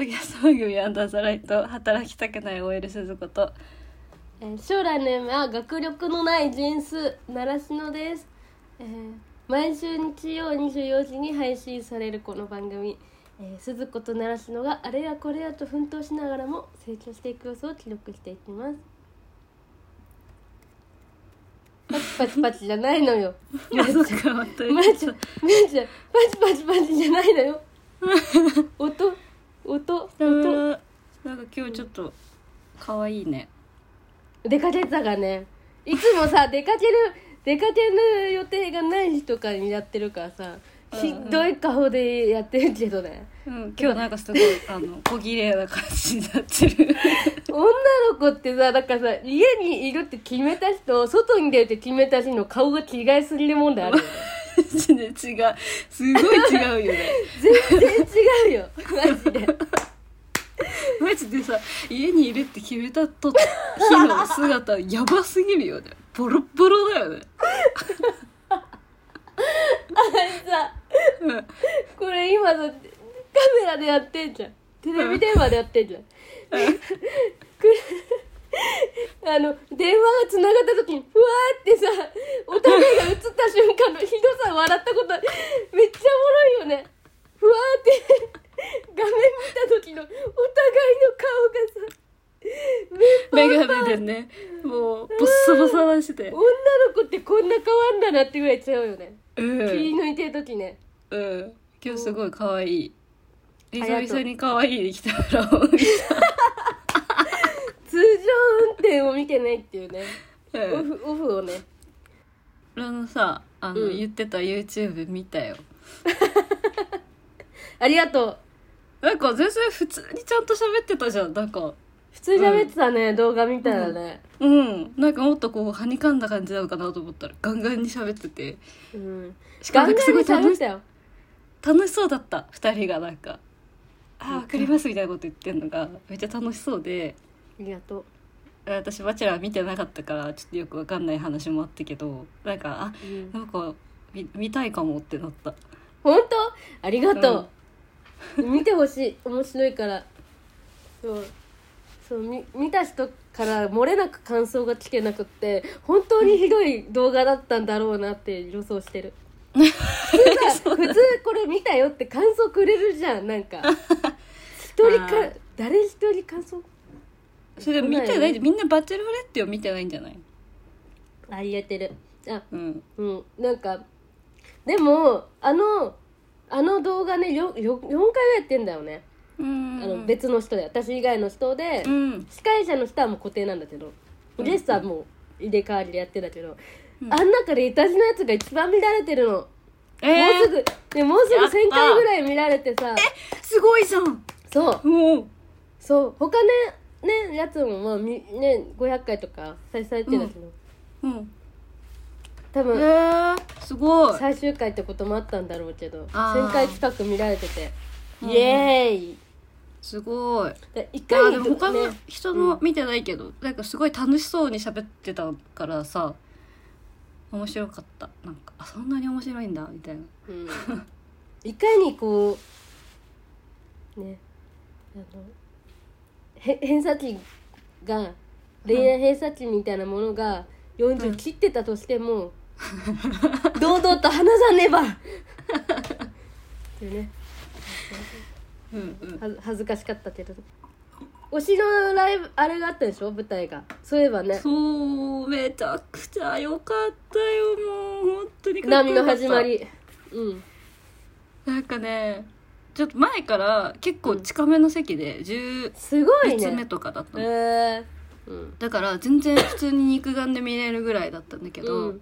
アンドザライト働きたくない OL 鈴子とえー将来の夢は学力のない人数習志野です、えー毎週日曜24時に配信されるこの番組、えー、鈴子と習志野があれやこれやと奮闘しながらも成長していく様子を記録していきますパチパチパチじゃないのよめっちゃそっかまためっちゃめっちゃパチパチパチじゃないのよ音音音なんか今日ちょっと可愛いね出かけてたからねいつもさ出かける出かける予定がない日とかにやってるからさうんうんひどい顔でやってるけどね、うん今日なんかすごいあの小綺麗な感じになってる女の子ってさだからさ家にいるって決めた日と外に出るって決めた日の顔が違いすぎる問題あるよね全然違うすごい違うよね全然違うよマジでマジでさ家にいるって決めたと日の姿やばすぎるよねボロッボロだよねさうん これ今さカメラでやってんじゃんテレビ電話でやってんじゃん、く あの電話がつながった時にふわーってさお互いが映った瞬間のひどさ笑ったことめっちゃおもろいよねふわーって画面見た時のお互いのメ顔がさめっぽガネでねもうボッサボサ出して女の子ってこんな変わんだなってぐらいちゃうよね、うん切り抜いてる時ねうん今日すごい可愛いりがとう久々に可愛いできたから通常運転を見てないっていうねうオんフオフをね俺のさあの、うん言ってた YouTube 見たよありがとうなんか全然普通にちゃんと喋ってたじゃんなんか普通に喋ってたね、動画見たらねうんなんかもっとこうはにかんだ感じなのかなと思ったらガンガンに喋っててうんしかガもなんンかガすンごにい楽喋っしたよ楽しそうだった2人がなんか「あーわかります」みたいなこと言ってんのがめっちゃ楽しそうでありがとう私「バチェラー」見てなかったからちょっとよくわかんない話もあったけどなんかあうんなんか見見たいかもってなった本当ありがとう、見てほしい面白いからそうそうみ見た人から漏れなく感想が聞けなくって本当にひどい動画だったんだろうなって予想してる普通さ普通これ見たよって感想くれるじゃんなん か一人かあー誰一人感想それで見てないでみんな「バチェルフレッテ」を見てないんじゃないあ言えてるあうんうん、なんかでもあのあの動画ねよよ4回ぐらいやってんだよね、うんあの別の人で私以外の人で、うん司会者の人はもう固定なんだけどうんゲストはもう入れ替わりでやってんだけど、うんあん中でイタジのやつが一番見られてるの、えーもうすぐでもうすぐやった1000回ぐらい見られてさすごいじゃんそうもうそう他ねねやつもまあみね500回とか再生されてるんだけど、うん多え分、ー、すごい最終回ってこともあったんだろうけどあー1000回近く見られててうんイエーイすごいだいいやかでにもと他のね人うのん見てないけど、なんかすごい楽しそうに喋ってたからさ面白かったなんかあそんなに面白いんだみたいなうん、いかにこうねあのへ偏差値が恋愛偏差値みたいなものがう40ん切ってたとして も、堂々と話さねばっていうねうんうんは恥ずかしかったけど推しのライブあれがあったでしょ舞台がそういえばねそうめちゃくちゃ良かったよもう本当にかっこ波よかのった始まりうんなんかねちょっと前から結構近めの席で10すごい列目ねとかだったへの、えうんだから全然普通に肉眼で見れるぐらいだったんだけど、うん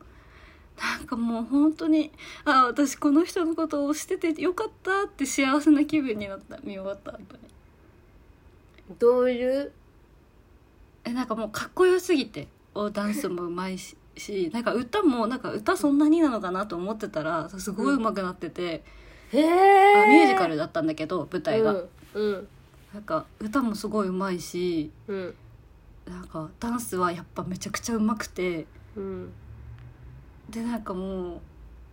なんかもう本当にあ私この人のことをしててよかったって幸せな気分になった見終わった後にどういうえなんかもうかっこよすぎておダンスもうまいししなんか歌もなんか歌そんなになのかなと思ってたらすごい上手くなってて、へえあミュージカルだったんだけど舞台が、うんなんか歌もすごい上手いしうんなんかダンスはやっぱめちゃくちゃ上手くてうんでなんかもう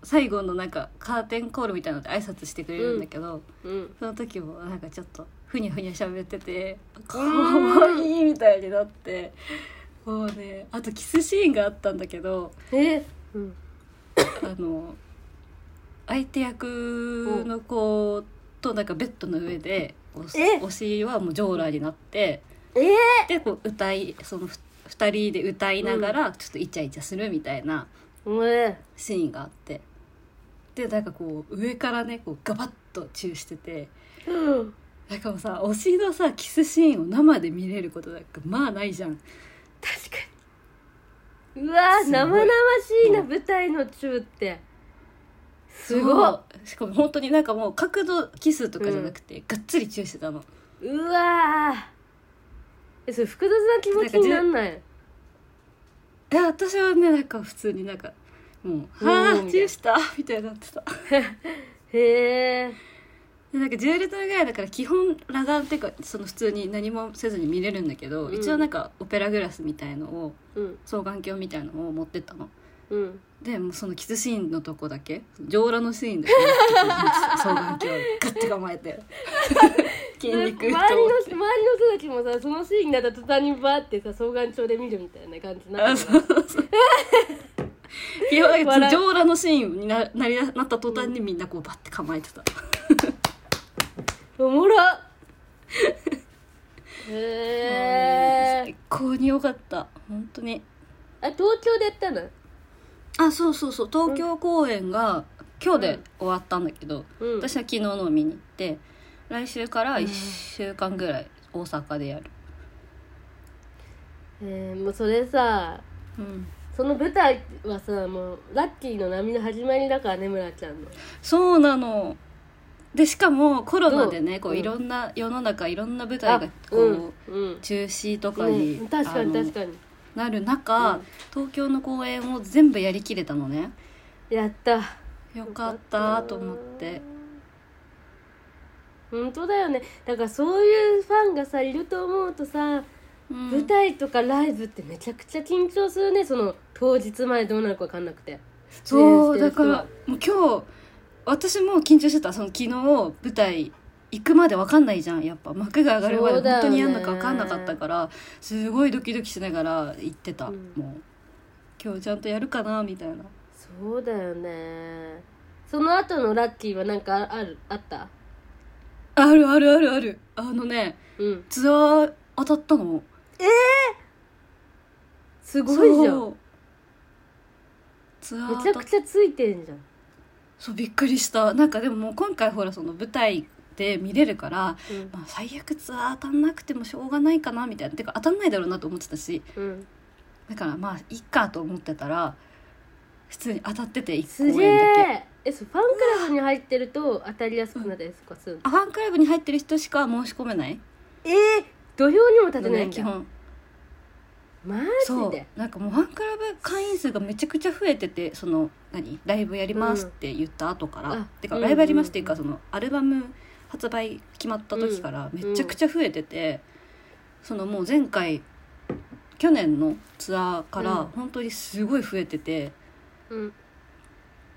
最後のなんかカーテンコールみたいなので挨拶してくれるんだけど、うんその時もなんかちょっとふにゃふにゃ喋っててかわいいみたいになってもうねあとキスシーンがあったんだけどえうんあの相手役の子となんかベッドの上でおえお尻はもうジョーラーになってえでこう歌いそのふ二人で歌いながらちょっとイチャイチャするみたいなー、えシーンがあってでなんかこう上からねこうガバッとチューしててうんなんかもうさお尻のさキスシーンを生で見れることなんかまあないじゃん確かにうわーすごい生々しいなうん舞台の中ってすすごごっいしかも本当になんかもう角度キスとかじゃなくて、がっつりチューしてたのうわーえそれ複雑な気持ちになんないえ私はねなんか普通になんかもう「うんはあみたいなチューした」みたいになってたへえでなんか10レットルぐらいだから基本裸眼っていうかその普通に何もせずに見れるんだけど、うん一応なんかオペラグラスみたいのをうん双眼鏡みたいのを持ってったのうんでもうそのキスシーンのとこだけ上裸のシーンだけ双眼鏡ガッて構えて 筋周り肉の周りの人たちもさそのシーンだと途端にバーってさ双眼鏡で見るみたいな感じになあってそうそうそういやなんか笑い上裸のシーンにななりなった途端にみんなこうバッて構えてたお もろもうねへえ最高に良かった本当にあ東京でやったのあそうそうそう東京公演が今日うでん終わったんだけど、うん私は昨日のを見に行って来週から1週間ぐらい大阪でやる、えー、もうそれさうんその舞台はさもうラッキーの波の始まりだからね村ちゃんのそうなのでしかもコロナでねこううんいろんな世の中いろんな舞台がこう、うんうん中止とかに、うん、確かにあの確かになる中、うん東京の公演を全部やりきれたのねやったよかったと思って本当だよねだからそういうファンがさいると思うとさ、うん舞台とかライブってめちゃくちゃ緊張するねその当日までどうなるか分かんなくてそう出だ演してる人かはらもう今日私も緊張してたその昨日舞台行くまで分かんないじゃんやっぱ幕が上がるまそうでだよね本当にやんのか分かんなかったから、すごいドキドキしながら行ってた、うんもう今日ちゃんとやるかなみたいなそうだよねその後のラッキーはなんかあるあったあるあるあるあるあのねうんツアー当たったのすごいじゃんそうツアーめちゃ当たくっちゃついてんじゃんそうびっくりしたなんかでももう今回ほらその舞台で見れるから、うんまあ、最悪ツアー当たんなくてもしょうがないかなみたいなてか当たんないだろうなと思ってたしうんだからまあいっかと思ってたら普通に当たってて1す公げ演だけええそうファンクラブに入ってると当たりやすくなったりとかするのあファンクラブに入ってる人しか申し込めないえー、土俵にも立てのないねんだ基本マそジうでなんかもうファンクラブ会員数がめちゃくちゃ増えててその何ライブやりますって言った後から、うんあてかうんライブやりますっていうか、そのアルバム発売決まった時からめちゃくちゃ増えてて、そのもう前回去年のツアーかうんら本当にすごい増えててうん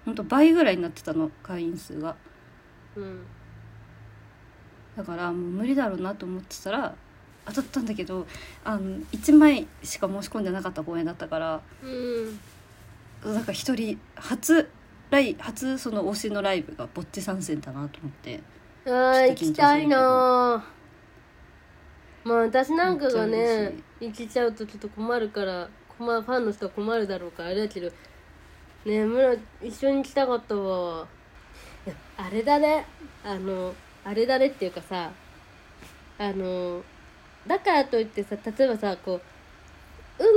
本当倍ぐらいになってたの会員数がうんだからもう無理だろうなと思ってたら当たったんだけどあの1枚しか申し込んでなかった公演だったから。うんなんか一人初ライ初その推しのライブがぼっち参戦だなと思ってあーちょっと緊張する行けどきたいなーまあ私なんかがめっちゃ嬉ねしい行きちゃうとちょっと困るから困ファンの人は困るだろうからあれだけどねえ村一緒に来たかったわいやあれだねあのあれだねっていうかさあのだからといってさ例えばさこう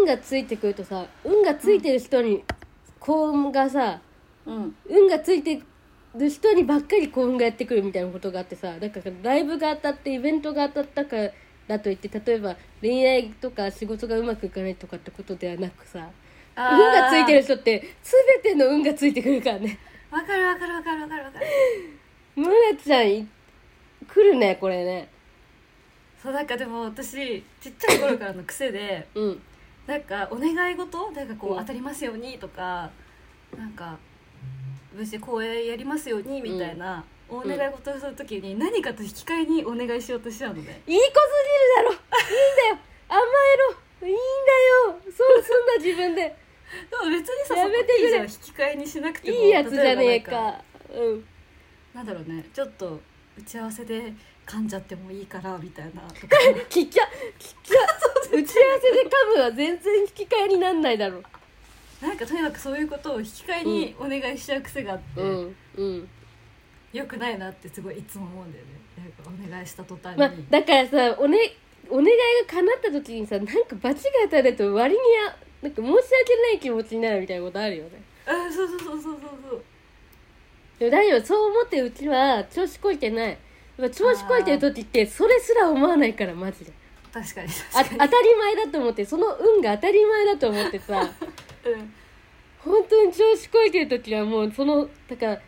運がついてくるとさ運がついてる人に幸運がさ、うん運がついてる人にばっかり幸運がやってくるみたいなことがあってさだからライブが当たってイベントが当たったからだといって例えば恋愛とか仕事がうまくいかないとかってことではなくさ運がついてる人って全ての運がついてくるからねわかるわかるわかるわかるわかる村ちゃんい来るねこれねそうなんかでも私ちっちゃい頃からの癖でうんなんかお願い事なんかこううん当たりますようにとかなんか無事公演やりますようにみたいなお願い事をするときに何かと引き換えにお願いしようとしちゃうので、いい子すぎるだろいいんだよ甘えろいいんだよそうすんな自 分ででも別にさやめてくれそこいいじゃん引き換えにしなくてもいいやつじゃね例えばなんかうんなんだろうねちょっと打ち合わせで噛んじゃってもいいからみたいな とかきっちゃきっちゃ打ち合わせで噛むは全然引き換えになんないだろなんかとにかくそういうことを引き換えにお願いしちゃう癖があって、ううんうんよくないなってすごいいつも思うんだよねなんかお願いした途端に、まあだからさお,、ね、お願いが叶った時にさなんか罰が当たると割にやなんか申し訳ない気持ちになるみたいなことあるよねうんそうそうそうそうそうそうでも大丈夫そう思ってるうちは調子こいてないやっぱ調子こいてる時ってそれすら思わないからマジで確かにあ確当かたり前だと思ってその運が当たり前だと思ってさに、うん、本当に調子こいてる時はもうそのだから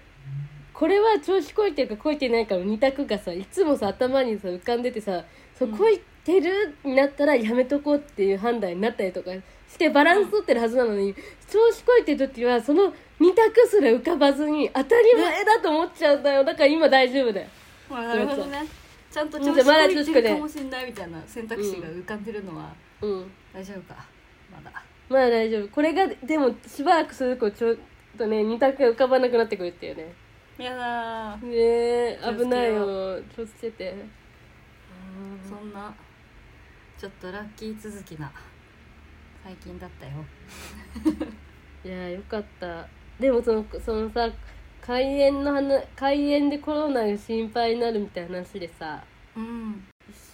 これは調子こいてるかこいてないかの二択がさいつもさ頭にさ浮かんでてさそううんこいてるになったらやめとこうっていう判断になったりとかしてバランス取ってるはずなのに、調子こいてる時はその二択すら浮かばずに当たり前だと思っちゃうんだよだから今大丈夫だよまあなるほどねちゃんと調うん子じゃあまだこ調いて子こいるてかもしんないみたいな選択肢が浮かんでるのはうん大丈夫かまだまあ大丈夫これがでもしばらくするとちょっとね二択が浮かばなくなってくるっていうねやだーねえ気をつけよう危ないよ気をつけてそんなちょっとラッキー続きな最近だったよいやーよかったでもそのそのさ開園の話開園でコロナが心配になるみたいな話でさうん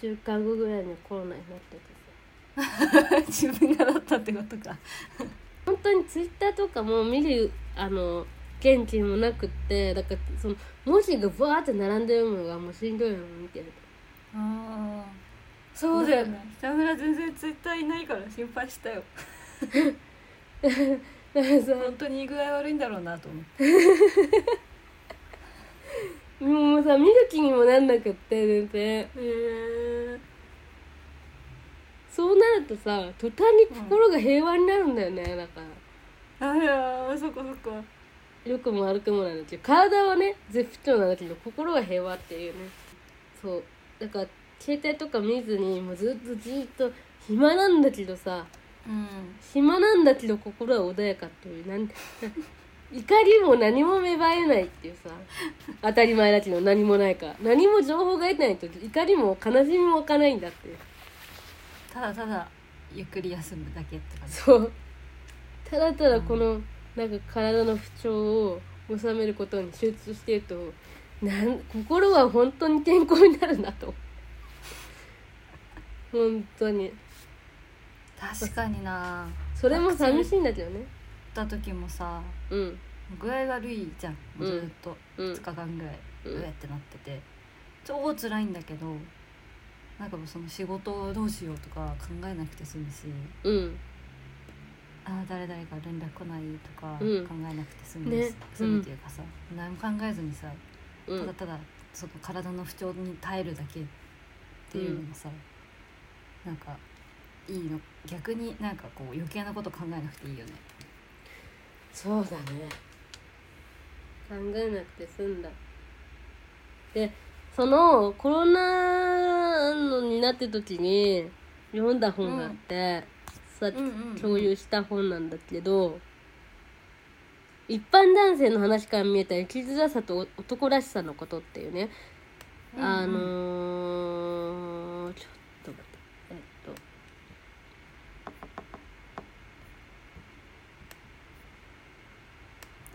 1週間後ぐらいにコロナになっててさ 自分がだったってことか本当にツイッターとかも見るあの現地もなくってだからその文字がバーって並んでるのがもうしんどいの見てるああそうだよ ね北村全然ツイッターいないから心配したよとだからさ本当に具合悪いんだろうなと思ってもうさ見る気にもなんなくって全然へそうなるとさ途端に心が平和になるんだよね、だからあらそこそこ良くも悪くもなんだけど体はね絶不調なんだけど心は平和っていうねそうだから携帯とか見ずにもうずっとずっと暇なんだけどさうん暇なんだけど心は穏やかっていうなん怒りも何も芽生えないっていうさ当たり前だけど何もないから何も情報が得ないと怒りも悲しみも湧かないんだっていうただただゆっくり休むだけって感じそうただただこのなんか体の不調を収めることに集中してるとなん心は本当に健康になるなと本当に確かになそれも寂しいんだけどね行った時もさうん具合悪いじゃんうんずっとうん2日間ぐらいうんうえってなってて超辛いんだけどなんかもうその仕事をどうしようとか考えなくて済むしうんあー誰々が連絡来ないとか考うんえなくて済むしね済むっていうかさ何も考えずにさうただんただその体の不調に耐えるだけっていうのがさなんかいいの逆になんかこう余計なこと考えなくていいよねそうだね考えなくて済んだでそのコロナのになって時に読んだ本があって、さ共有した本なんだけど一般男性の話から見えた生きづらさと男らしさのことっていうね、うんうんあのーちょっと待ってえっと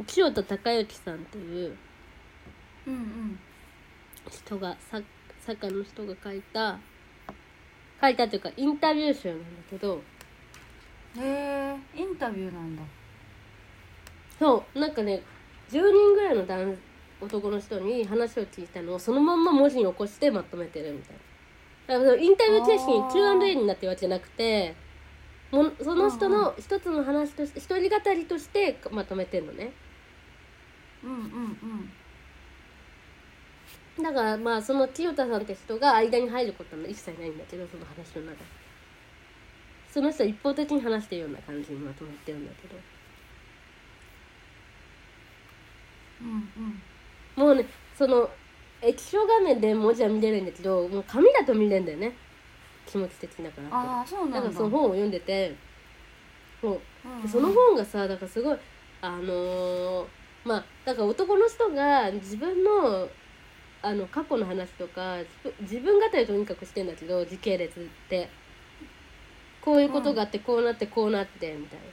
清田孝之さんっていううんうん人が作作家の人が書いた書いたというかインタビュー集なんだけど、へえインタビューなんだそうなんかね10人ぐらいの男男の人に話を聞いたのをそのまんま文字に起こしてまとめてるみたいなだからそのインタビュー形式にあー Q&A になってるわけじゃなくてもうその人の一つの話として一人語りとしてまとめてるのねうんうんうんだからまあその清田さんって人が間に入ることは一切ないんだけどその話の中でその人は一方的に話してるような感じにまとめてるんだけどうんうんもうねその液晶画面で文字は見れるんだけどもう紙だと見れるんだよね気持ち的だからああそうなんだかだらその本を読んでてそううんうでんその本がさだからすごいあのーまあだから男の人が自分のあの過去の話とか自分自分語りとにかくしてんだけど時系列ってこういうことがあってこうなってこうなってみたいな。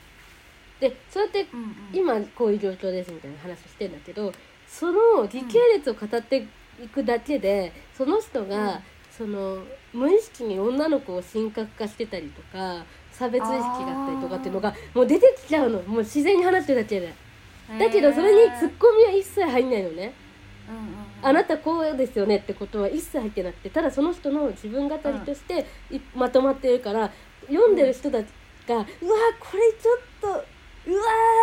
でそうやってうんうん今こういう状況ですみたいな話をしてんだけどその時系列を語っていくだけで、その人が、うんその無意識に女の子を神格化してたりとか差別意識だったりとかっていうのがもう出てきちゃうのもう自然に話してるだけでだけどそれにツッコミは一切入んないのね、うんうんうんあなたこうですよねってことは一切入ってなくてただその人の自分語りとしていまとまってるから読んでる人たちが、うわこれちょっとうわ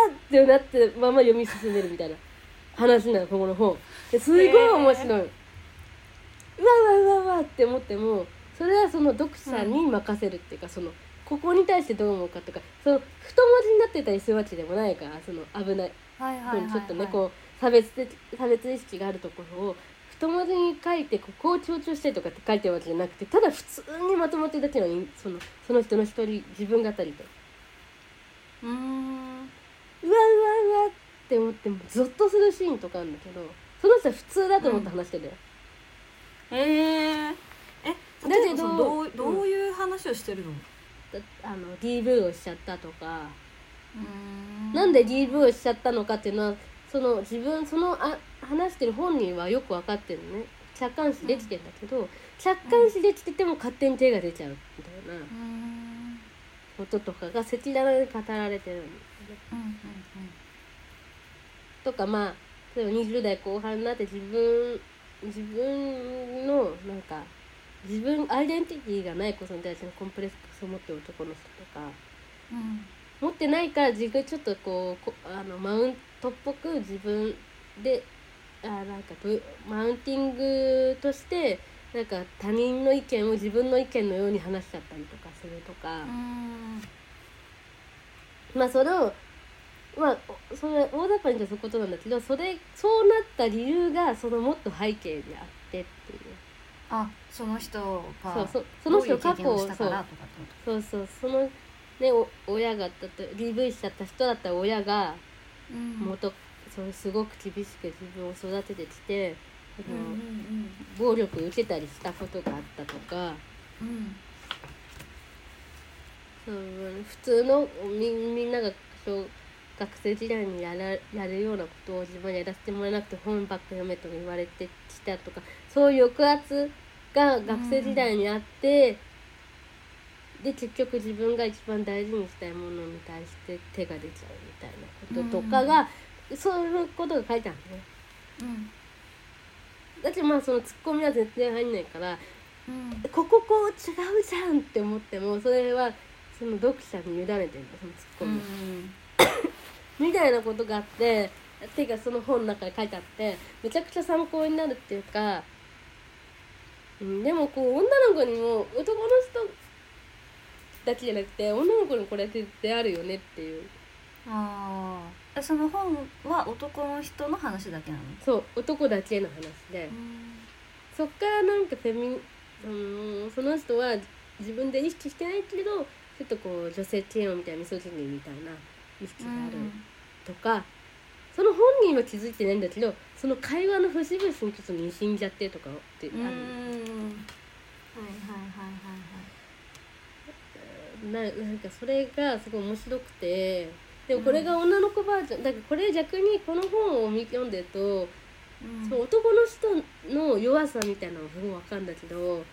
ーってなってまま読み進めるみたいな話なのここの本ですごい面白い、うわうわうわうわって思ってもそれはその読者に任せるっていうか、そのここに対してどう思うかとかその太文字になってたりするわけでもないからその危ないはいはいはいはいちょっとねこう差別的差別意識があるところを太文字に書いてここを強調してとかって書いてるわけじゃなくてただ普通にまとまってるだけのいそのその人の一人自分語りとうわうーんうわうわって思ってもゾッとするシーンとかあるんだけどその人は普通だと思って話してるよ、えー、えけど例えばそのどううんどういう話をしてるの、だあの DV をしちゃったとかうんなんで DV をしちゃったのかっていうのはその自分そのあ話してる本人はよく分かってるのね客観視できてんだけど、客観視できてても勝手に手が出ちゃうみたいなうーんこととかが赤裸々に語られてるんですねうんうんとかまあ例えば20代後半になって自分自分のなんか自分アイデンティティがないことに対してのコンプレックスを持ってる男の人とか。うんうん持ってないから自分ちょっとこうこあのマウントっぽく自分であなんかブマウンティングとしてなんか他人の意見を自分の意見のように話しちゃったりとかするとか、うんまあそれをまあおそれ大雑把に言うとそういうことなんだけどそれそうなった理由がそのもっと背景であってっていうあその人がそうそうその人どういう過経去験ををしそたうからとかってことそうそうそのねお親がだって DV しちゃった人だったら親がうん元それすごく厳しく自分を育ててきて、あうのんうん暴力受けたりしたことがあったとかうんうんそう普通のみみんなが小学生時代にやらやるようなことを自分にやらせてもらえなくて本ばっか読めと言われてきたとかそういう抑圧が学生時代にあって、で結局自分が一番大事にしたいものに対して手が出ちゃうみたいなこととかが、そういうことが書いてあるのね。うんだってまあそのツッコミは全然入んないからうんこここう違うじゃんって思ってもそれはその読者に委ねてるのそのツッコうミ、んみたいなことがあってていうかその本の中に書いてあってめちゃくちゃ参考になるっていうか、うん、でもこう女の子にも男の人だけじゃなくて女の子にもこれって出あるよねっていうああその本は男の人の話だけなのそう男だけの話で。そっからなんかフェミ、うん、その人は自分で意識してないけどちょっとこう女性嫌悪みたいなミソジニーみたいな意識があるとか、その本人は気づいてないんだけどその会話の節々にちょっとにじんじゃってとかってうあるんはいはいはいはいはいななんかそれがすごい面白くてでもこれが女の子バージョンだからこれ逆にこの本を見読んでると、うんその男の人の弱さみたいなのがすごいわかるんだけど。うん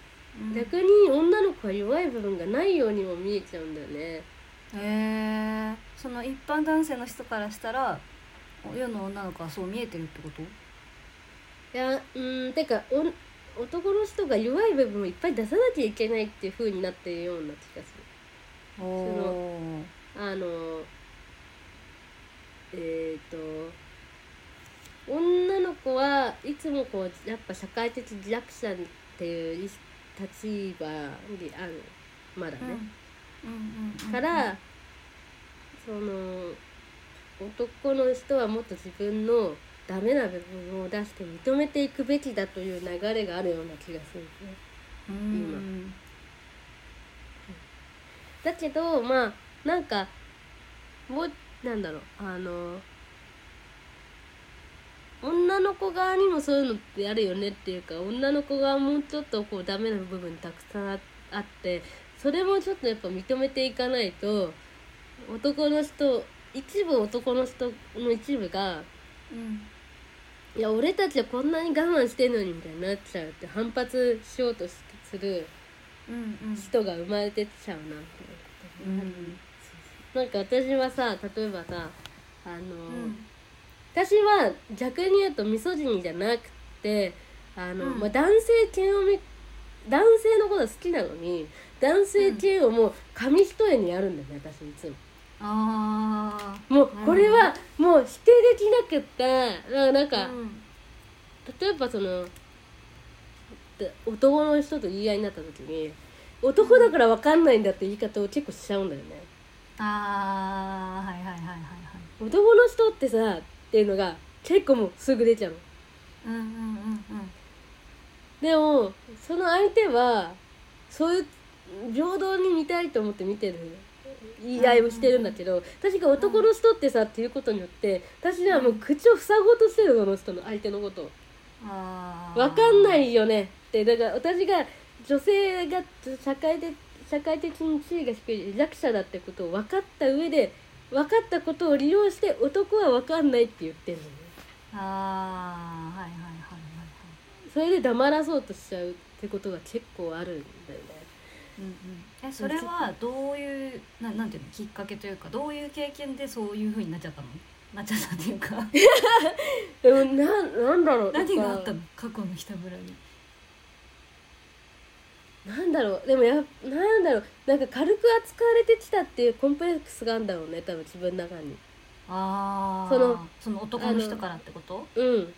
逆に女の子は弱い部分がないようにも見えちゃうんだよねへえその一般男性の人からしたら世の女の子はそう見えてるってこといやうんてかお男の人が弱い部分をいっぱい出さなきゃいけないっていう風になってるような気がするおおあのえっ、と女の子はいつもこうやっぱ社会的弱者っていう立場にあるまだね、から、その男の人はもっと自分のダメな部分を出して認めていくべきだという流れがあるような気がするんですね。うんだけどまあなんかもうなんだろうあの女の子側にもそういうのってあるよねっていうか女の子側もちょっとこうダメな部分たくさんああってそれもちょっとやっぱ認めていかないと男の人一部男の人の一部がうんいや俺たちはこんなに我慢してんのにみたいになっちゃうって反発しようとしするうんうん人が生まれてっちゃうなっていうことになるなんか私はさ例えばさあの、私は逆に言うとミソジニじゃなくてあの、うんまあ、男性嫌悪み男性のことは好きなのに男性嫌悪も紙一重にやるんだよね私いつも。あもなうるほどこれはもう否定できなくってだからなんあか、例えばそので男の人と言い合いになった時に男だから分かんないんだって言い方を結構しちゃうんだよね。あーはいはいはいはいはい男の人ってさっていうのが結構もうすぐ出ちゃうのうんうんうんうんでもその相手はそういう平等に見たいと思って見てる言い合いをしてるんだけど、確か男の人ってさっていうことによって私らはもう口を塞ごうとしてるのその人の相手のことをあー分かんないよねってだから私が女性が社会で社会的に地位が低い弱者だってことを分かった上で分かったことを利用して男は分かんないって言ってるのねあーはいはいはいはいはいそれで黙らそうとしちゃうってことが結構あるんだよねうんうんえそれはどういうななんていうのきっかけというかどういう経験でそういうふうになっちゃったのなっちゃったっていうか でもなんなんだろう何があったなのんか過去の北村になんだろうでもやなんだろうなんか軽く扱われてきたっていうコンプレックスがあるんだろうね多分自分の中にあーそのその男の人からってこと、うんうん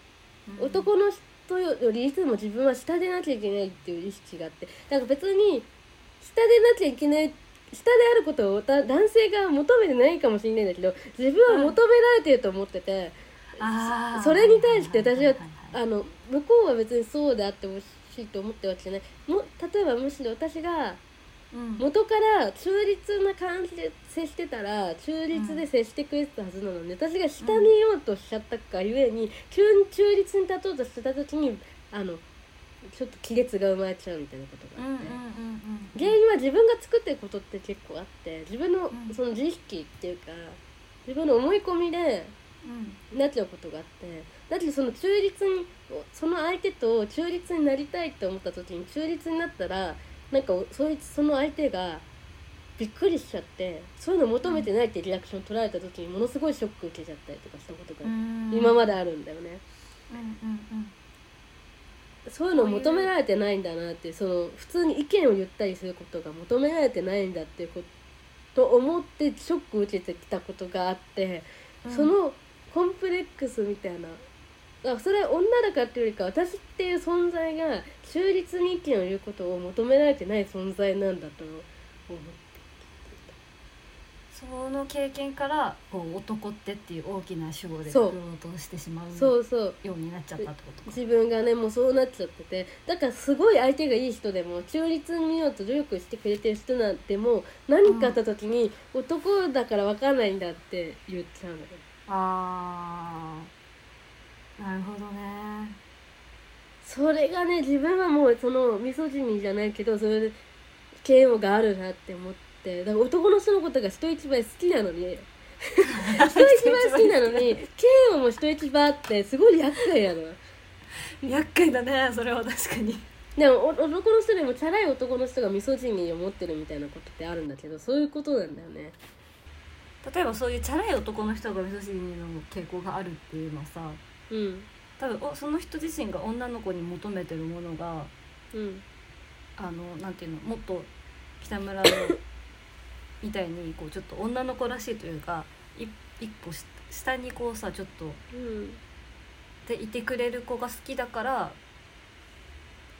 男の人よりいつも自分は下でなきゃいけないっていう意識があってなんか別に下でなきゃいけない下であることをだ男性が求めてないかもしれないんだけど自分は求められてると思ってて、あーそれに対して私はいいいいあの向こうは別にそうであってほしいと思ってるわけじゃないも例えばむしろ私がうん元から中立な感じで接してたら中立で接してくれてたはずなのに、私が下にいようとしちゃったかゆえに急に中立に立とうとしてた時にあのちょっと亀裂が生まれちゃうみたいなことがあって。原因は自分が作ってることって結構あって自分のうんその自意識っていうか自分の思い込みでなっちゃうことがあってだってその中立にその相手と中立になりたいって思った時に中立になったらなんかそいつその相手がびっくりしちゃってそういうの求めてないってリアクション取られた時にものすごいショック受けちゃったりとかしたことが今まで、であるんだよね。うんうんそういうの求められてないんだなってその普通に意見を言ったりすることが求められてないんだっていうことと思ってショック受けてきたことがあって。うん、そのコンプレックスみたいなあそれは女だからっていうよりか私っていう存在が中立に意見を言うことを求められてない存在なんだと思その経験からこう男ってっていう大きな主語でそう作ろうとしてしまううそうそうようになっちゃったってことか。自分がねもうそうなっちゃっててだからすごい相手がいい人でも中立に見ようと努力してくれてる人なんても何かあった時に男だから分かんないんだって言っちゃうのよああなるほどね。それがね自分はもうそのミソジニーじゃないけどそういう嫌悪があるなって思ってだから男の人のことが人一倍好きなのに人一倍好きなのに嫌悪も人一倍あってすごい厄介やの 厄介だねそれは確かに。でもお男の人でもチャラい男の人がミソジニーを持ってるみたいなことってあるんだけどそういうことなんだよね例えばそういうチャラい男の人が味噌汁の傾向があるっていうのはさうん多分おその人自身が女の子に求めてるものがうんあのなんていうのもっと北村のみたいにこうちょっと女の子らしいというか一一歩し下にこうさちょっとうんでいてくれる子が好きだから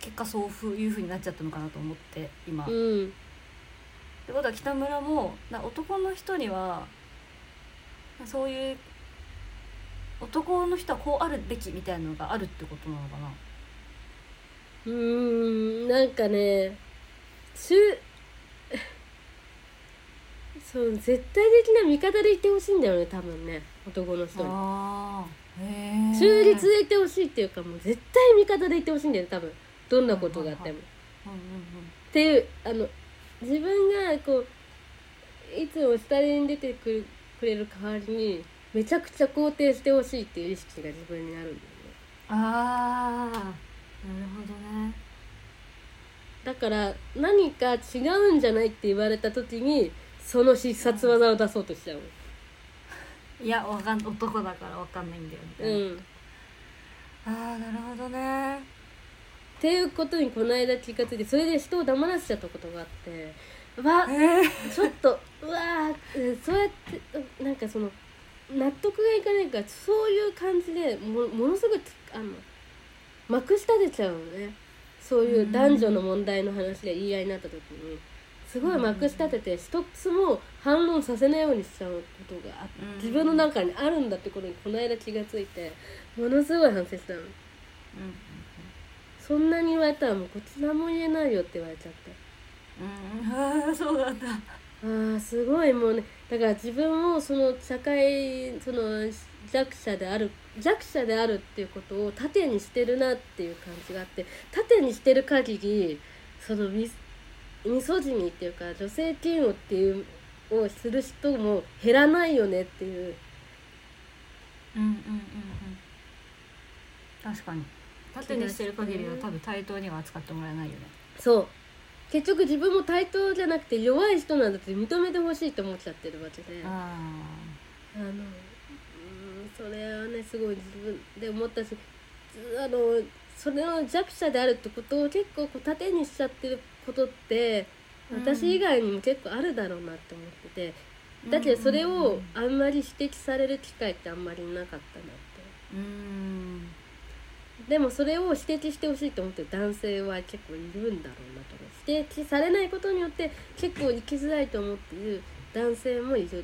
結果そういうふうになっちゃったのかなと思って今。ってうんことは北村もな男の人にはそういう男の人はこうあるべきみたいなのがあるってことなのかなうーんなんかねしゅ そう絶対的な味方でいてほしいんだよね多分ね男の人にああへえ中立でいてほしいっていうかもう絶対味方でいてほしいんだよね多分どんなことがあっても。うんうんっていうあの自分がこういつも下に出てくるくれる代わりにめちゃくちゃ肯定してほしいっていう意識が自分にあるんだよねうんああなるほどねだから何か違うんじゃないって言われた時にその必殺技を出そうとしちゃういやわかん男だからわかんないんだよみたういな、んっああなるほどねていうことにこの間気がついてそれで人を黙らせちゃったことがあってわえちょっとうわーうんそうやってうんなんかその納得がいかないからそういう感じでもものすごいあのまくし立てちゃうのねそういう男女の問題の話で言い合いになった時にすごいまくし立てて一つも反論させないようにしちゃうことがあっうてん自分の中にあるんだってことにこの間気がついてものすごい反省したのそんなに言われたらもうこっち何も言えないよって言われちゃって。うんうんああそうだったああすごいもうねだから自分もその社会その弱者である弱者であるっていうことを盾にしてるなっていう感じがあって盾にしてる限りそのミスミソジニーっていうか女性嫌悪っていうをする人も減らないよねっていううんうんうんうん確かに縦にしてる限りは多分対等には扱ってもらえないよねそう結局自分も対等じゃなくて弱い人なんだって認めてほしいと思っちゃってるわけで。ああのうーんそれはねすごい自分で思ったしずあのそれの弱者であるってことを結構こう盾にしちゃってることってうん私以外にも結構あるだろうなって思ってて、あだけどそれうんうんをあんまり指摘される機会ってあんまりなかったなってうんでもそれを指摘してほしいと思ってる男性は結構いるんだろうなと思う指摘されないことによって結構生きづらいと思っている男性もいるだ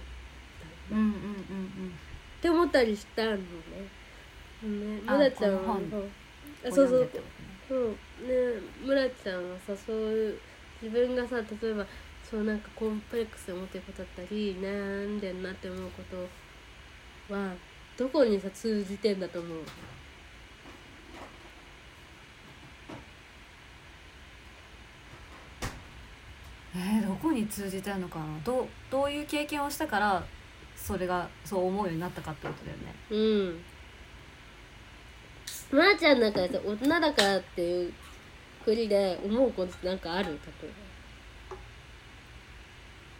ろううんうんうんうんって思ったりしたのね。ね、あむらちゃんこのは本そううあんそうそうこれ読んでってこそうねむらちゃんはさそういう自分がさ例えばそうなんかコンプレックスで思ってることだったりなんでんなって思うことはどこにさ通じてんだと思うとねえーどこに通じたのかなどうどういう経験をしたからそれがそう思うようになったかってことだよねうんむらちゃんなんかさ大人だからっていうくりで思うことってなんかある例え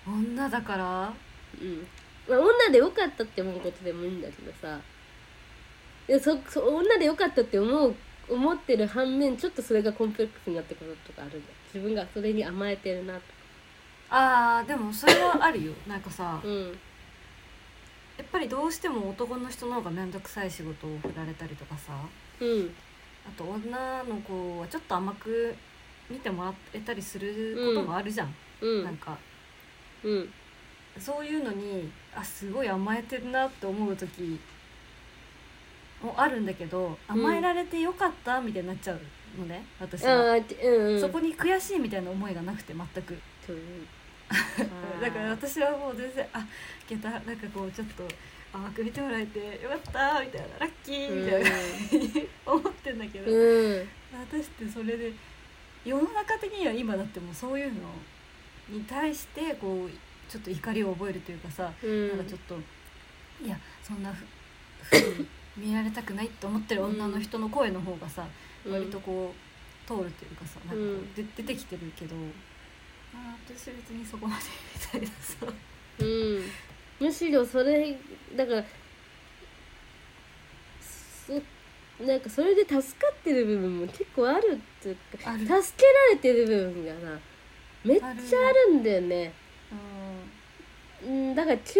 ば女だからうんまあ、女でよかったって思うことでもいいんだけどさでそそ女でよかったって思う思ってる反面ちょっとそれがコンプレックスになってくることとかあるじゃん自分がそれに甘えてるなとかあーでもそれはあるよなんかさうんやっぱりどうしても男の人の方が面倒くさい仕事を振られたりとかさうんあと女の子はちょっと甘く見てもらえたりすることもあるじゃん、うなんんかうんそういうのにあすごい甘えてるなって思う時もあるんだけど甘えられてよかったみたいになっちゃうのね、私あは、ーてうんうんそこに悔しいみたいな思いがなくて全くそういう だから私はもう全然あ下駄なんかこうちょっと甘く見てもらえてよかったみたいなラッキーみたいな、思ってんだけど、うんうん私ってそれで世の中的には今だってもうそういうのに対してこうちょっと怒りを覚えるというかさ、うんなんかちょっといやそんなふふうに見られたくないって思ってる女の人の声の方がさ、うん割とこう通るというかさなんかこううんで出てきてるけど、あー私別にそこまでみたいなさ。うん、むしろそれだからそなんかそれで助かってる部分も結構あるっていうあかる助けられてる部分がなめっちゃあるんだよね。うん、だから急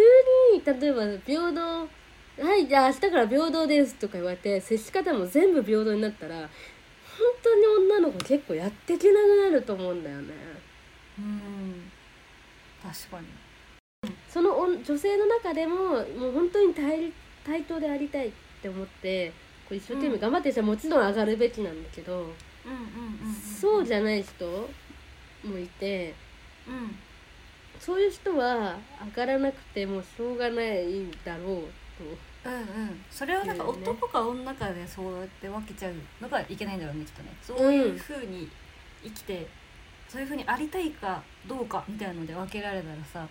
に例えば平等はいじゃあ明日から平等ですとか言われて接し方も全部平等になったら本当に女の子結構やっていけなくなると思うんだよね。うん確かにその女女性の中でももう本当に対立対等でありたいっって思ってこう一生懸命頑張ってる人はもちろん上がるべきなんだけど、うんうんうんそうじゃない人もいてうんそういう人は上がらなくてもしょうがないんだろううんうん、それはなんかっていうね男か女かでそうやって分けちゃうのがいけないんだろうねきっとねそういうふうに生きて、そういうふうにありたいかどうかみたいので分けられたらさ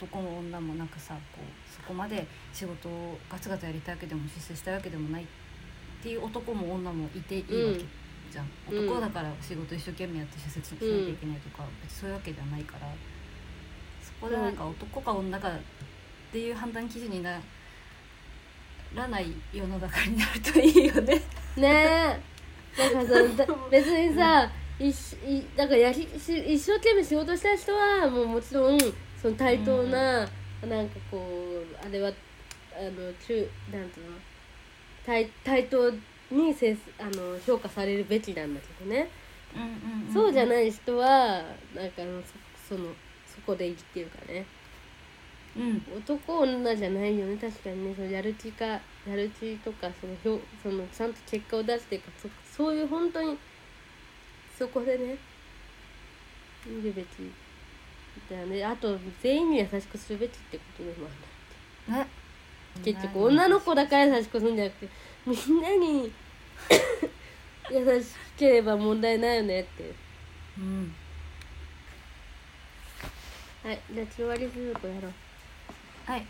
男も女もなんかさこうそこまで仕事をガツガツやりたいわけでも出世したいわけでもないっていう男も女もいていいわけじゃん、うん男だから仕事一生懸命やって出世しなきゃいけないとか、別にそういうわけじゃないからそこでなんか男か女かっていう判断基準にならない世の中になるといいよね。とねえなんかさだ別にさ一緒いなんかやりし一生懸命仕事した人はもうもちろんその対等な、なんかこうあれはあの中なんていうの対対等にせいあの評価されるべきなんだけどね。そうじゃい、ない人はなんかあのそそのそこで生きてるかねうん、男女じゃないよね確かにねそのやる気かやる気とかそのひょそのちゃんと結果を出していくそそういう本当にそこでね見るべきだよねあと全員に優しくするべきってことでもあるね結局女の子だから優しくするんじゃなくてみんなに 優しければ問題ないよねってうんはいじゃあ終わりするとやろうはい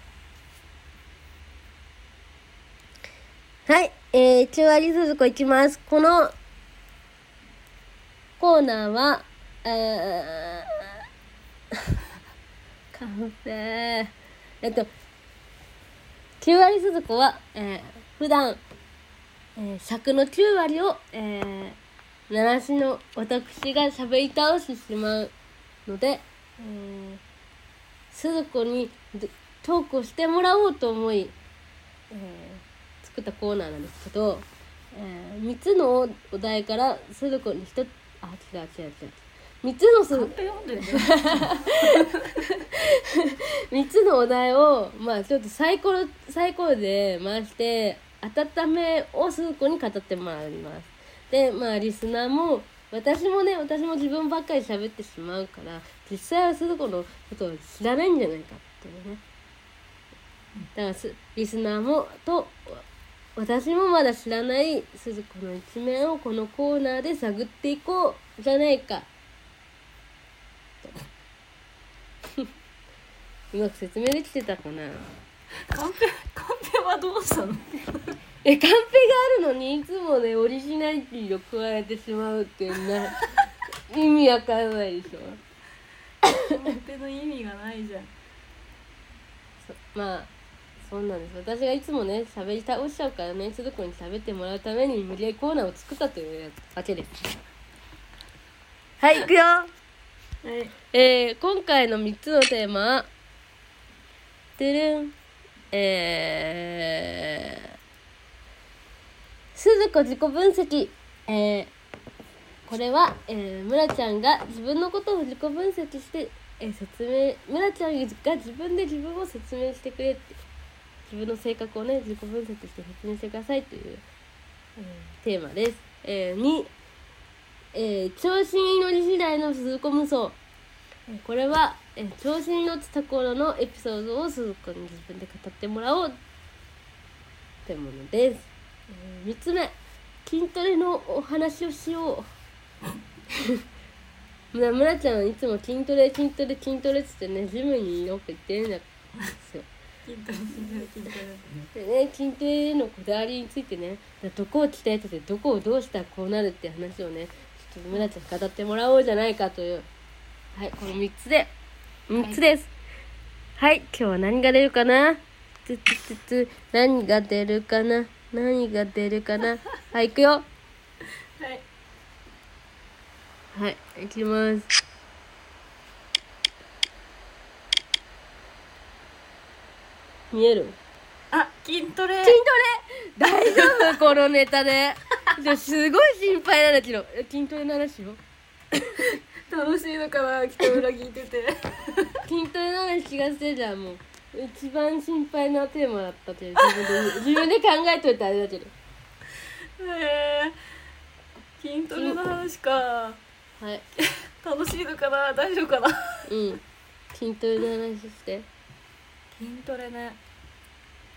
はい、えー、中割鈴子いきます。このコーナーは、えー、カフェ、えっと、9割鈴子は、えー、普段、えー、尺の9割を、えー、奈良市の私が喋り倒してしまうので、えー、鈴子にどトークをしてもらおうと思い、えー作ったコーナーなんですけど、え3つのお題から鈴子に1つあ違う違う違う3つのすカンペ読んでるね三つのお題をまあちょっとサイコロサイコロで回して温めを鈴子に語ってもらいますでまあリスナーも私もね私も自分ばっかり喋ってしまうから実際は鈴子のことを知らないんじゃないかっていうねだからすリスナーもと私もまだ知らない鈴子の一面をこのコーナーで探っていこうじゃないかうまく説明できてたかなカンペカンペはどうしたのえカンペがあるのにいつもねオリジナリティを加えてしまうっていうな意味わかんないでしょカンペの意味がないじゃんそまあそうなんです私がいつもね喋り倒しちゃうからねつどこに喋ってもらうために無理やりコーナーを作ったというわけですはい行くよはいえー、今回の3つのテーマはてるんえー、鈴子自己分析えー、これは、えー、村ちゃんが自分のことを自己分析して、えー説明村ちゃんが自分で自分を説明してくれって自分の性格をね自己分析して説明してくださいという、えーテーマです、えー、2えー調子に乗り次第の鈴子無双えーこれは、えー調子に乗ってた頃のエピソードを鈴子に自分で語ってもらおうってものです、え3つ目筋トレのお話をしよう 村村ちゃんはいつも筋トレ筋トレ筋トレっつってねジムによく行ってるんですよ筋トレ筋トレ筋トレだってねでね筋トレへのこだわりについてねどこを鍛えててどこをどうしたらこうなるって話をねちょっと村ちゃんに語ってもらおうじゃないかというはいこの3つで3つですはい、今日は何が出るかなつつつつ何が出るかな何が出るかなはい行くよはいはい行きます見えるあ筋トレ筋トレ大丈夫このネタでじゃあすごい心配なんだけどえ筋トレの話よ楽しいのかな北村聞いてて筋トレの話がしてじゃんもう一番心配なテーマだったって自分で自分で考えといてあれだけどえー、筋トレの話かはい楽しいのかな大丈夫かなうん筋トレの話して筋トレね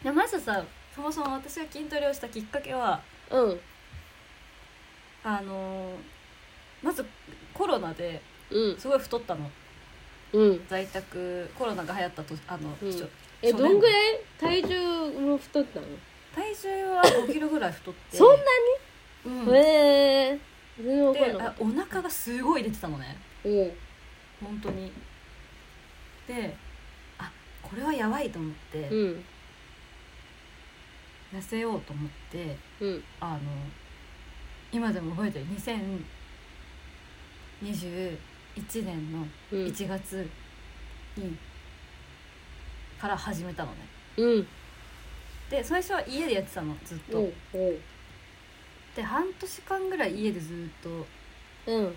いやまずさそもそも私が筋トレをしたきっかけはうんあのーまずコロナでうんすごい太ったのうん在宅コロナが流行ったとあの、うんちょえ初ど年ん度ぐらい体重も太ったの体重は5キロぐらい太ってそんうんなへえ全然わかんでなかっあお腹がすごい出てたのねたうん本当にであこれはやばいと思って、うん痩せようと思ってうんあの今でも覚えてる2021年のうん1月に、から始めたのねうんで最初は家でやってたのずっと、うんうんで半年間ぐらい家でずっとうん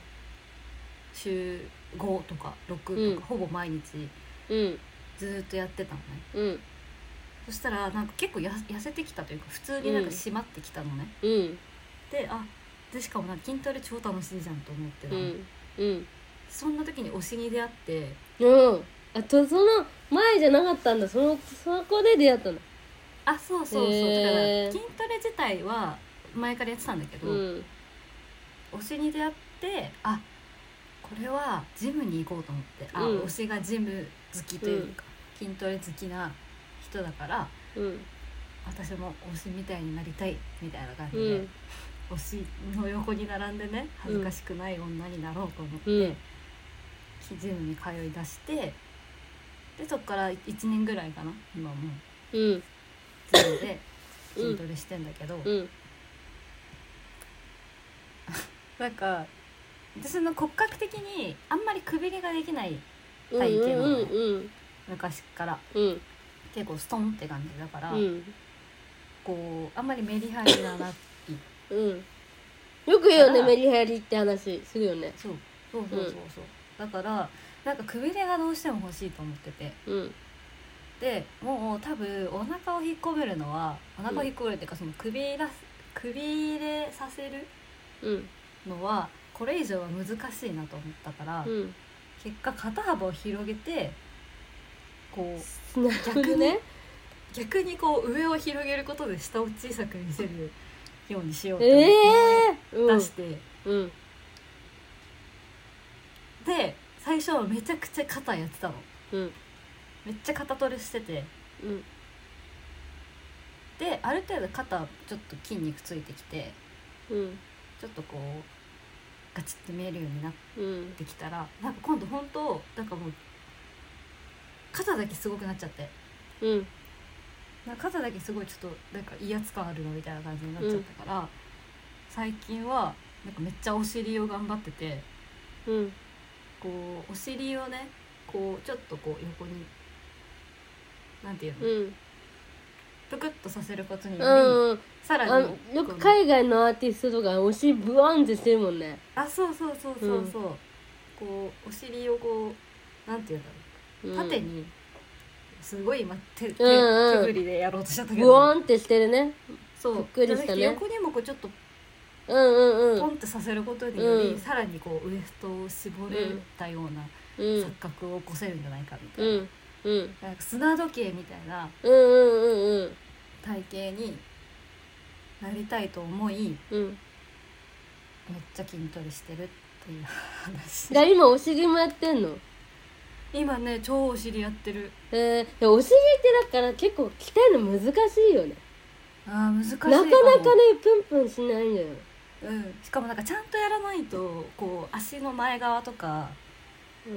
週5とか6とか、うんほぼ毎日うんずっとやってたのねうんそしたらなんか結構や痩せてきたというか普通になんか締まってきたのね、うんであでしかもなんか筋トレ超楽しいじゃんと思ってたうの、んうんそんな時に推しに出会ってうんあとその前じゃなかったんだそのそこで出会ったのあそうそうそう、へーだから筋トレ自体は前からやってたんだけど、うん推しに出会ってあこれはジムに行こうと思ってあ、うん推しがジム好きというか、筋トレ好きな人だからうん私も推しみたいになりたいみたいな感じうで、ん推しの横に並んでね恥ずかしくない女になろうと思って、うんジムに通い出してでそっから1年ぐらいかな今もううんジムでうん筋トレしてんだけど、うんなんか私の骨格的にあんまりくびれができないうんうんうん昔からうん結構ストンって感じだから、うんこうあんまりメリハリがな くうんよく言うよねあメリハリって話するよねそうそうそうそうそう、だからなんかくびれがどうしても欲しいと思っててうんでもう多分お腹を引っ込めるのはお腹を引っ込めるっていうかそのくびらくびれさせるうんのはこれ以上は難しいなと思ったから、うん結果肩幅を広げてこうなるほどね逆にこう上を広げることで下を小さく見せるようにしようと思えってえうん出して、うんで最初はめちゃくちゃ肩やってたのうんめっちゃ肩トレしててうんである程度肩ちょっと筋肉ついてきてうんちょっとこうガチッて見えるようになっうんてきたらなんか今度本当なんかもう肩だけすごくなっちゃってうんなんか肩だけすごいちょっとなんか威圧感あるのみたいな感じになっちゃったから、最近はなんかめっちゃお尻を頑張っててうんこうお尻をねこうちょっとこう横になんていうの、うんぷくっとさせることにより、うんさあらにのよく海外のアーティストとかお尻ブワンってしてるもんねあそうそうそうそうそう、こうお尻をこうなんていうんだうんろう縦にすごい今手手,、うんうん手振りでやろうとしちゃったけブワどンってしてるねそうぷっくりしたねじゃなくて横にもこうちょっとうんうんうポンんってさせることにより、うんさらにこうウエストを絞れたようなうん錯覚を起こせるんじゃないかみたいな,、うんうんなんか砂時計みたいなうんうんうん体型になりたいと思いうんめっちゃ筋トレしてるっていう話じゃあ今お尻もやってんの今ね超お尻やってるえー、でもお尻ってだから結構鍛えるの難しいよねあー難しいかなもかなかねプンプンしないんだようん、しかもなんかちゃんとやらないとこう足の前側とかうん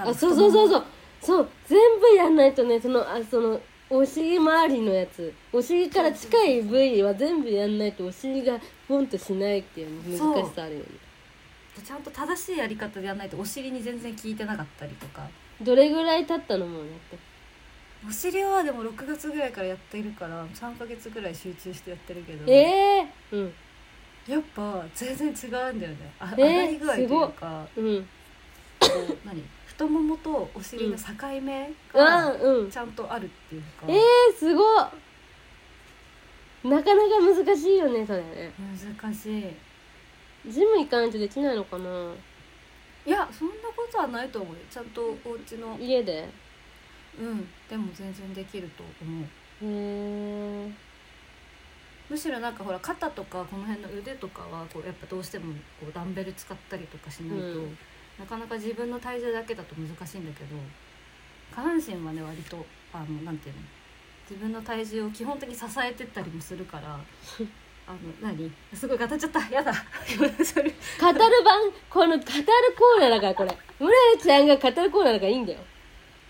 あのあそうそうそう太もそうそう全部やんないとねそのあそのお尻周りのやつお尻から近い部位は全部やんないとお尻がポンとしないっていう難しさあるよねもちゃんと正しいやり方でやらないとお尻に全然効いてなかったりとかどれぐらい経ったのもうやってお尻はでも6月ぐらいからやってるから3ヶ月ぐらい集中してやってるけどええー、やっぱ全然違うんだよねあ、えー上がり具合というかうんうんこう何太ももとお尻の境目うんがうんちゃんとあるっていうか、えー、すごっなかなか難しいよねそれね難しいジム行かないとできないのかないやそんなことはないと思うよちゃんとお家の家でへうんでも全然できると思うえむしろなんかほら肩とかこの辺の腕とかはこうやっぱどうしてもこうダンベル使ったりとかしないと、うんなかなか自分の体重だけだと難しいんだけど下半身はね割とあのなんていうの自分の体重を基本的に支えてったりもする からあの何すごい語っちゃった やだそれ語る番この語るコーナーだからこれ村井ちゃんが語るコーナーだからいいんだよ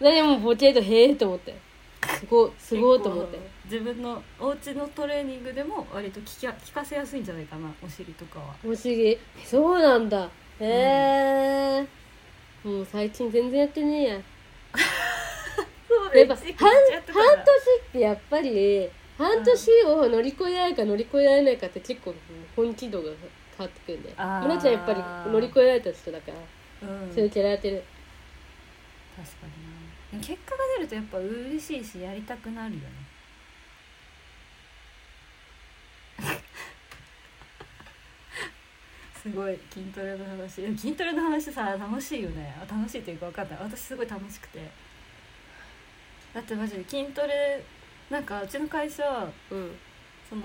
でもうボチェとへえと思ってすごすごいと思って結構自分のお家のトレーニングでも割と聞きゃ聞かせやすいんじゃないかなお尻とかは不思議そうなんだへえ、もう最近全然やってねえやそうやっぱ半半半年ってやっぱり半年を乗り越えられるか乗り越えられないかって結構本気度が変わってくるんであーおなちゃんやっぱり乗り越えられた人だからうんそれ嫌られてる確かになでも結果が出るとやっぱ嬉しいしやりたくなるよね すごい筋トレの話でも筋トレの話さ楽しいよねあ楽しいというか分かんない私すごい楽しくてだってマジで筋トレなんかうちの会社うんその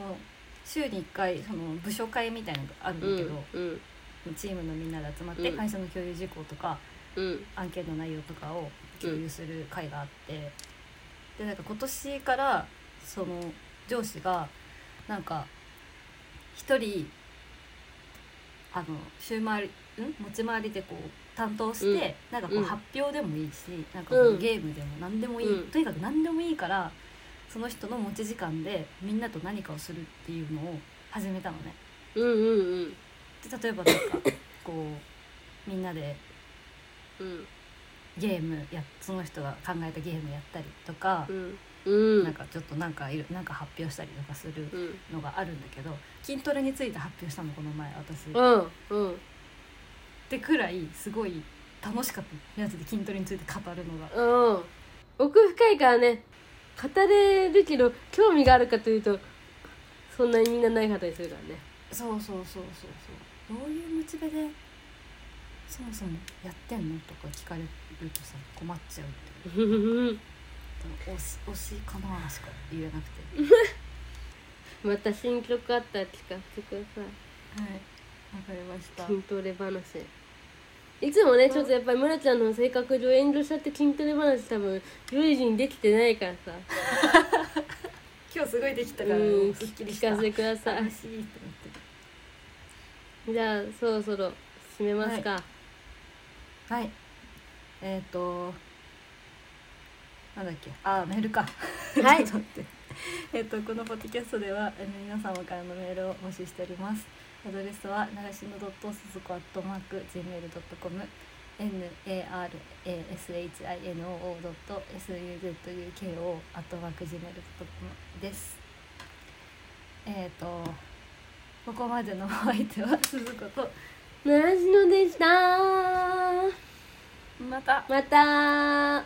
週に1回その部署会みたいなのがあるんだうんけど、うんチームのみんなで集まってうん会社の共有事項とか、うんアンケートの内容とかを共有する会があって、でなんか今年からその上司がなんか一人あの週回りん持ち回りでこう担当して、うんなんかこううん発表でもいいし、なんかこううんゲームでも何でもいい、うんとにかく何でもいいからその人の持ち時間でみんなと何かをするっていうのを始めたのね。うんうんで例えばなんかこうみんなでうんゲームやその人が考えたゲームやったりとかう、んうんなんかちょっとなんかいろなんか発表したりとかするうんのがあるんだけど筋トレについて発表したのこの前私、うっんうんてくらいすごい楽しかったやつで筋トレについて語るのがうん奥深いからね語れるけど興味があるかというとそんなにみんなない方にするからねそうそうそうそうそうどういうモチベでそもそもやってんのとか聞かれるとさ困っちゃうっていう 推し推しかなしか言えなくてまた新曲あったら聞かせてくださいはいわかりました筋トレ話いつもねんちょっとやっぱり村ちゃんの性格上遠慮しちゃって筋トレ話多分類似にできてないからさ今日すごいできたからうんすっきりし聞たかせてくださ楽いしいって思ってじゃあそろそろ締めますか、はい。えっ、と、なんだっけ、あー、メールか。はい ちょっと待って。えっと、このポッドキャストでは、えー皆様からのメールを募集しております。アドレスは、習志野ドットスズコアットマーク gmail.com n a r a s h i n o o ドット s u z u k o アットマーク gmail.com です。えっ、と、ここまでのお相手は鈴子と、習志野でしたまた。また